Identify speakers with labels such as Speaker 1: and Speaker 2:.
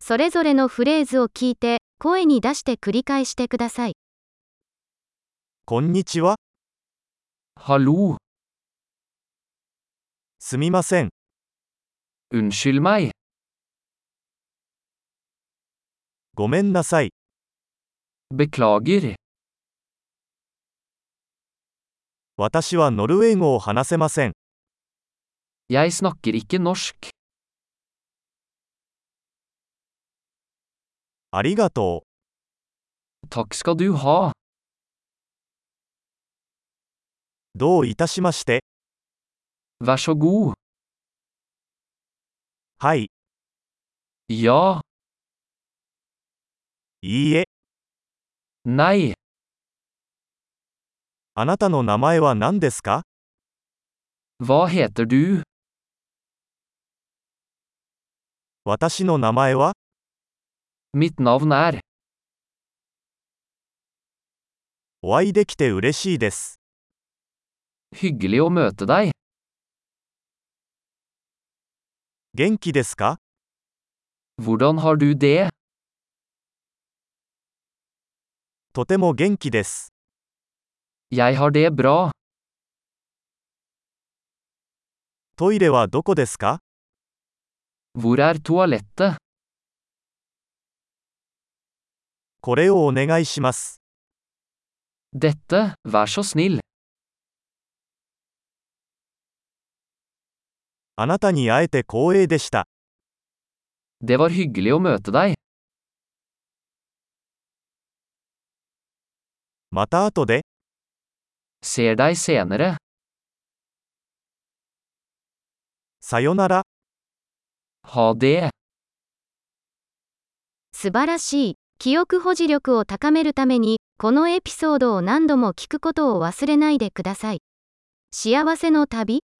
Speaker 1: それぞれのフレーズを聞いて、声に出して繰り返してください。
Speaker 2: こんにちは、
Speaker 3: Hallo,
Speaker 2: すみません、
Speaker 3: unnskyld meg,
Speaker 2: ごめんなさい、
Speaker 3: beklager,
Speaker 2: 私はノルウェー語を話せません、
Speaker 3: jeg snakker ikke norsk,
Speaker 2: ありがとう、
Speaker 3: takk skal du ha,
Speaker 2: どういたしまして、
Speaker 3: vær så god,
Speaker 2: はい、
Speaker 3: ja,
Speaker 2: いいえ、
Speaker 3: nei,
Speaker 2: あなたの名前は何ですか
Speaker 3: hva heter du,
Speaker 2: 私の名前は、
Speaker 3: mitt navn er,
Speaker 2: お会いできて嬉しいです。
Speaker 3: hyggelig å møte deg,
Speaker 2: 元気ですか
Speaker 3: hvordan har du det,
Speaker 2: とても元気です。
Speaker 3: jeg har det bra,
Speaker 2: トイレはどこですか
Speaker 3: hvor er toalettet,
Speaker 2: これをお願いします。
Speaker 3: dette, vær så snill,
Speaker 2: あなたに会えて光栄でした。
Speaker 3: det var hyggelig å møte deg,
Speaker 2: また後で、
Speaker 3: ser deg senere,
Speaker 2: さよなら。
Speaker 3: ha det.
Speaker 1: 素晴らしい。記憶保持力を高めるために、このエピソードを何度も聞くことを忘れないでください。幸せの旅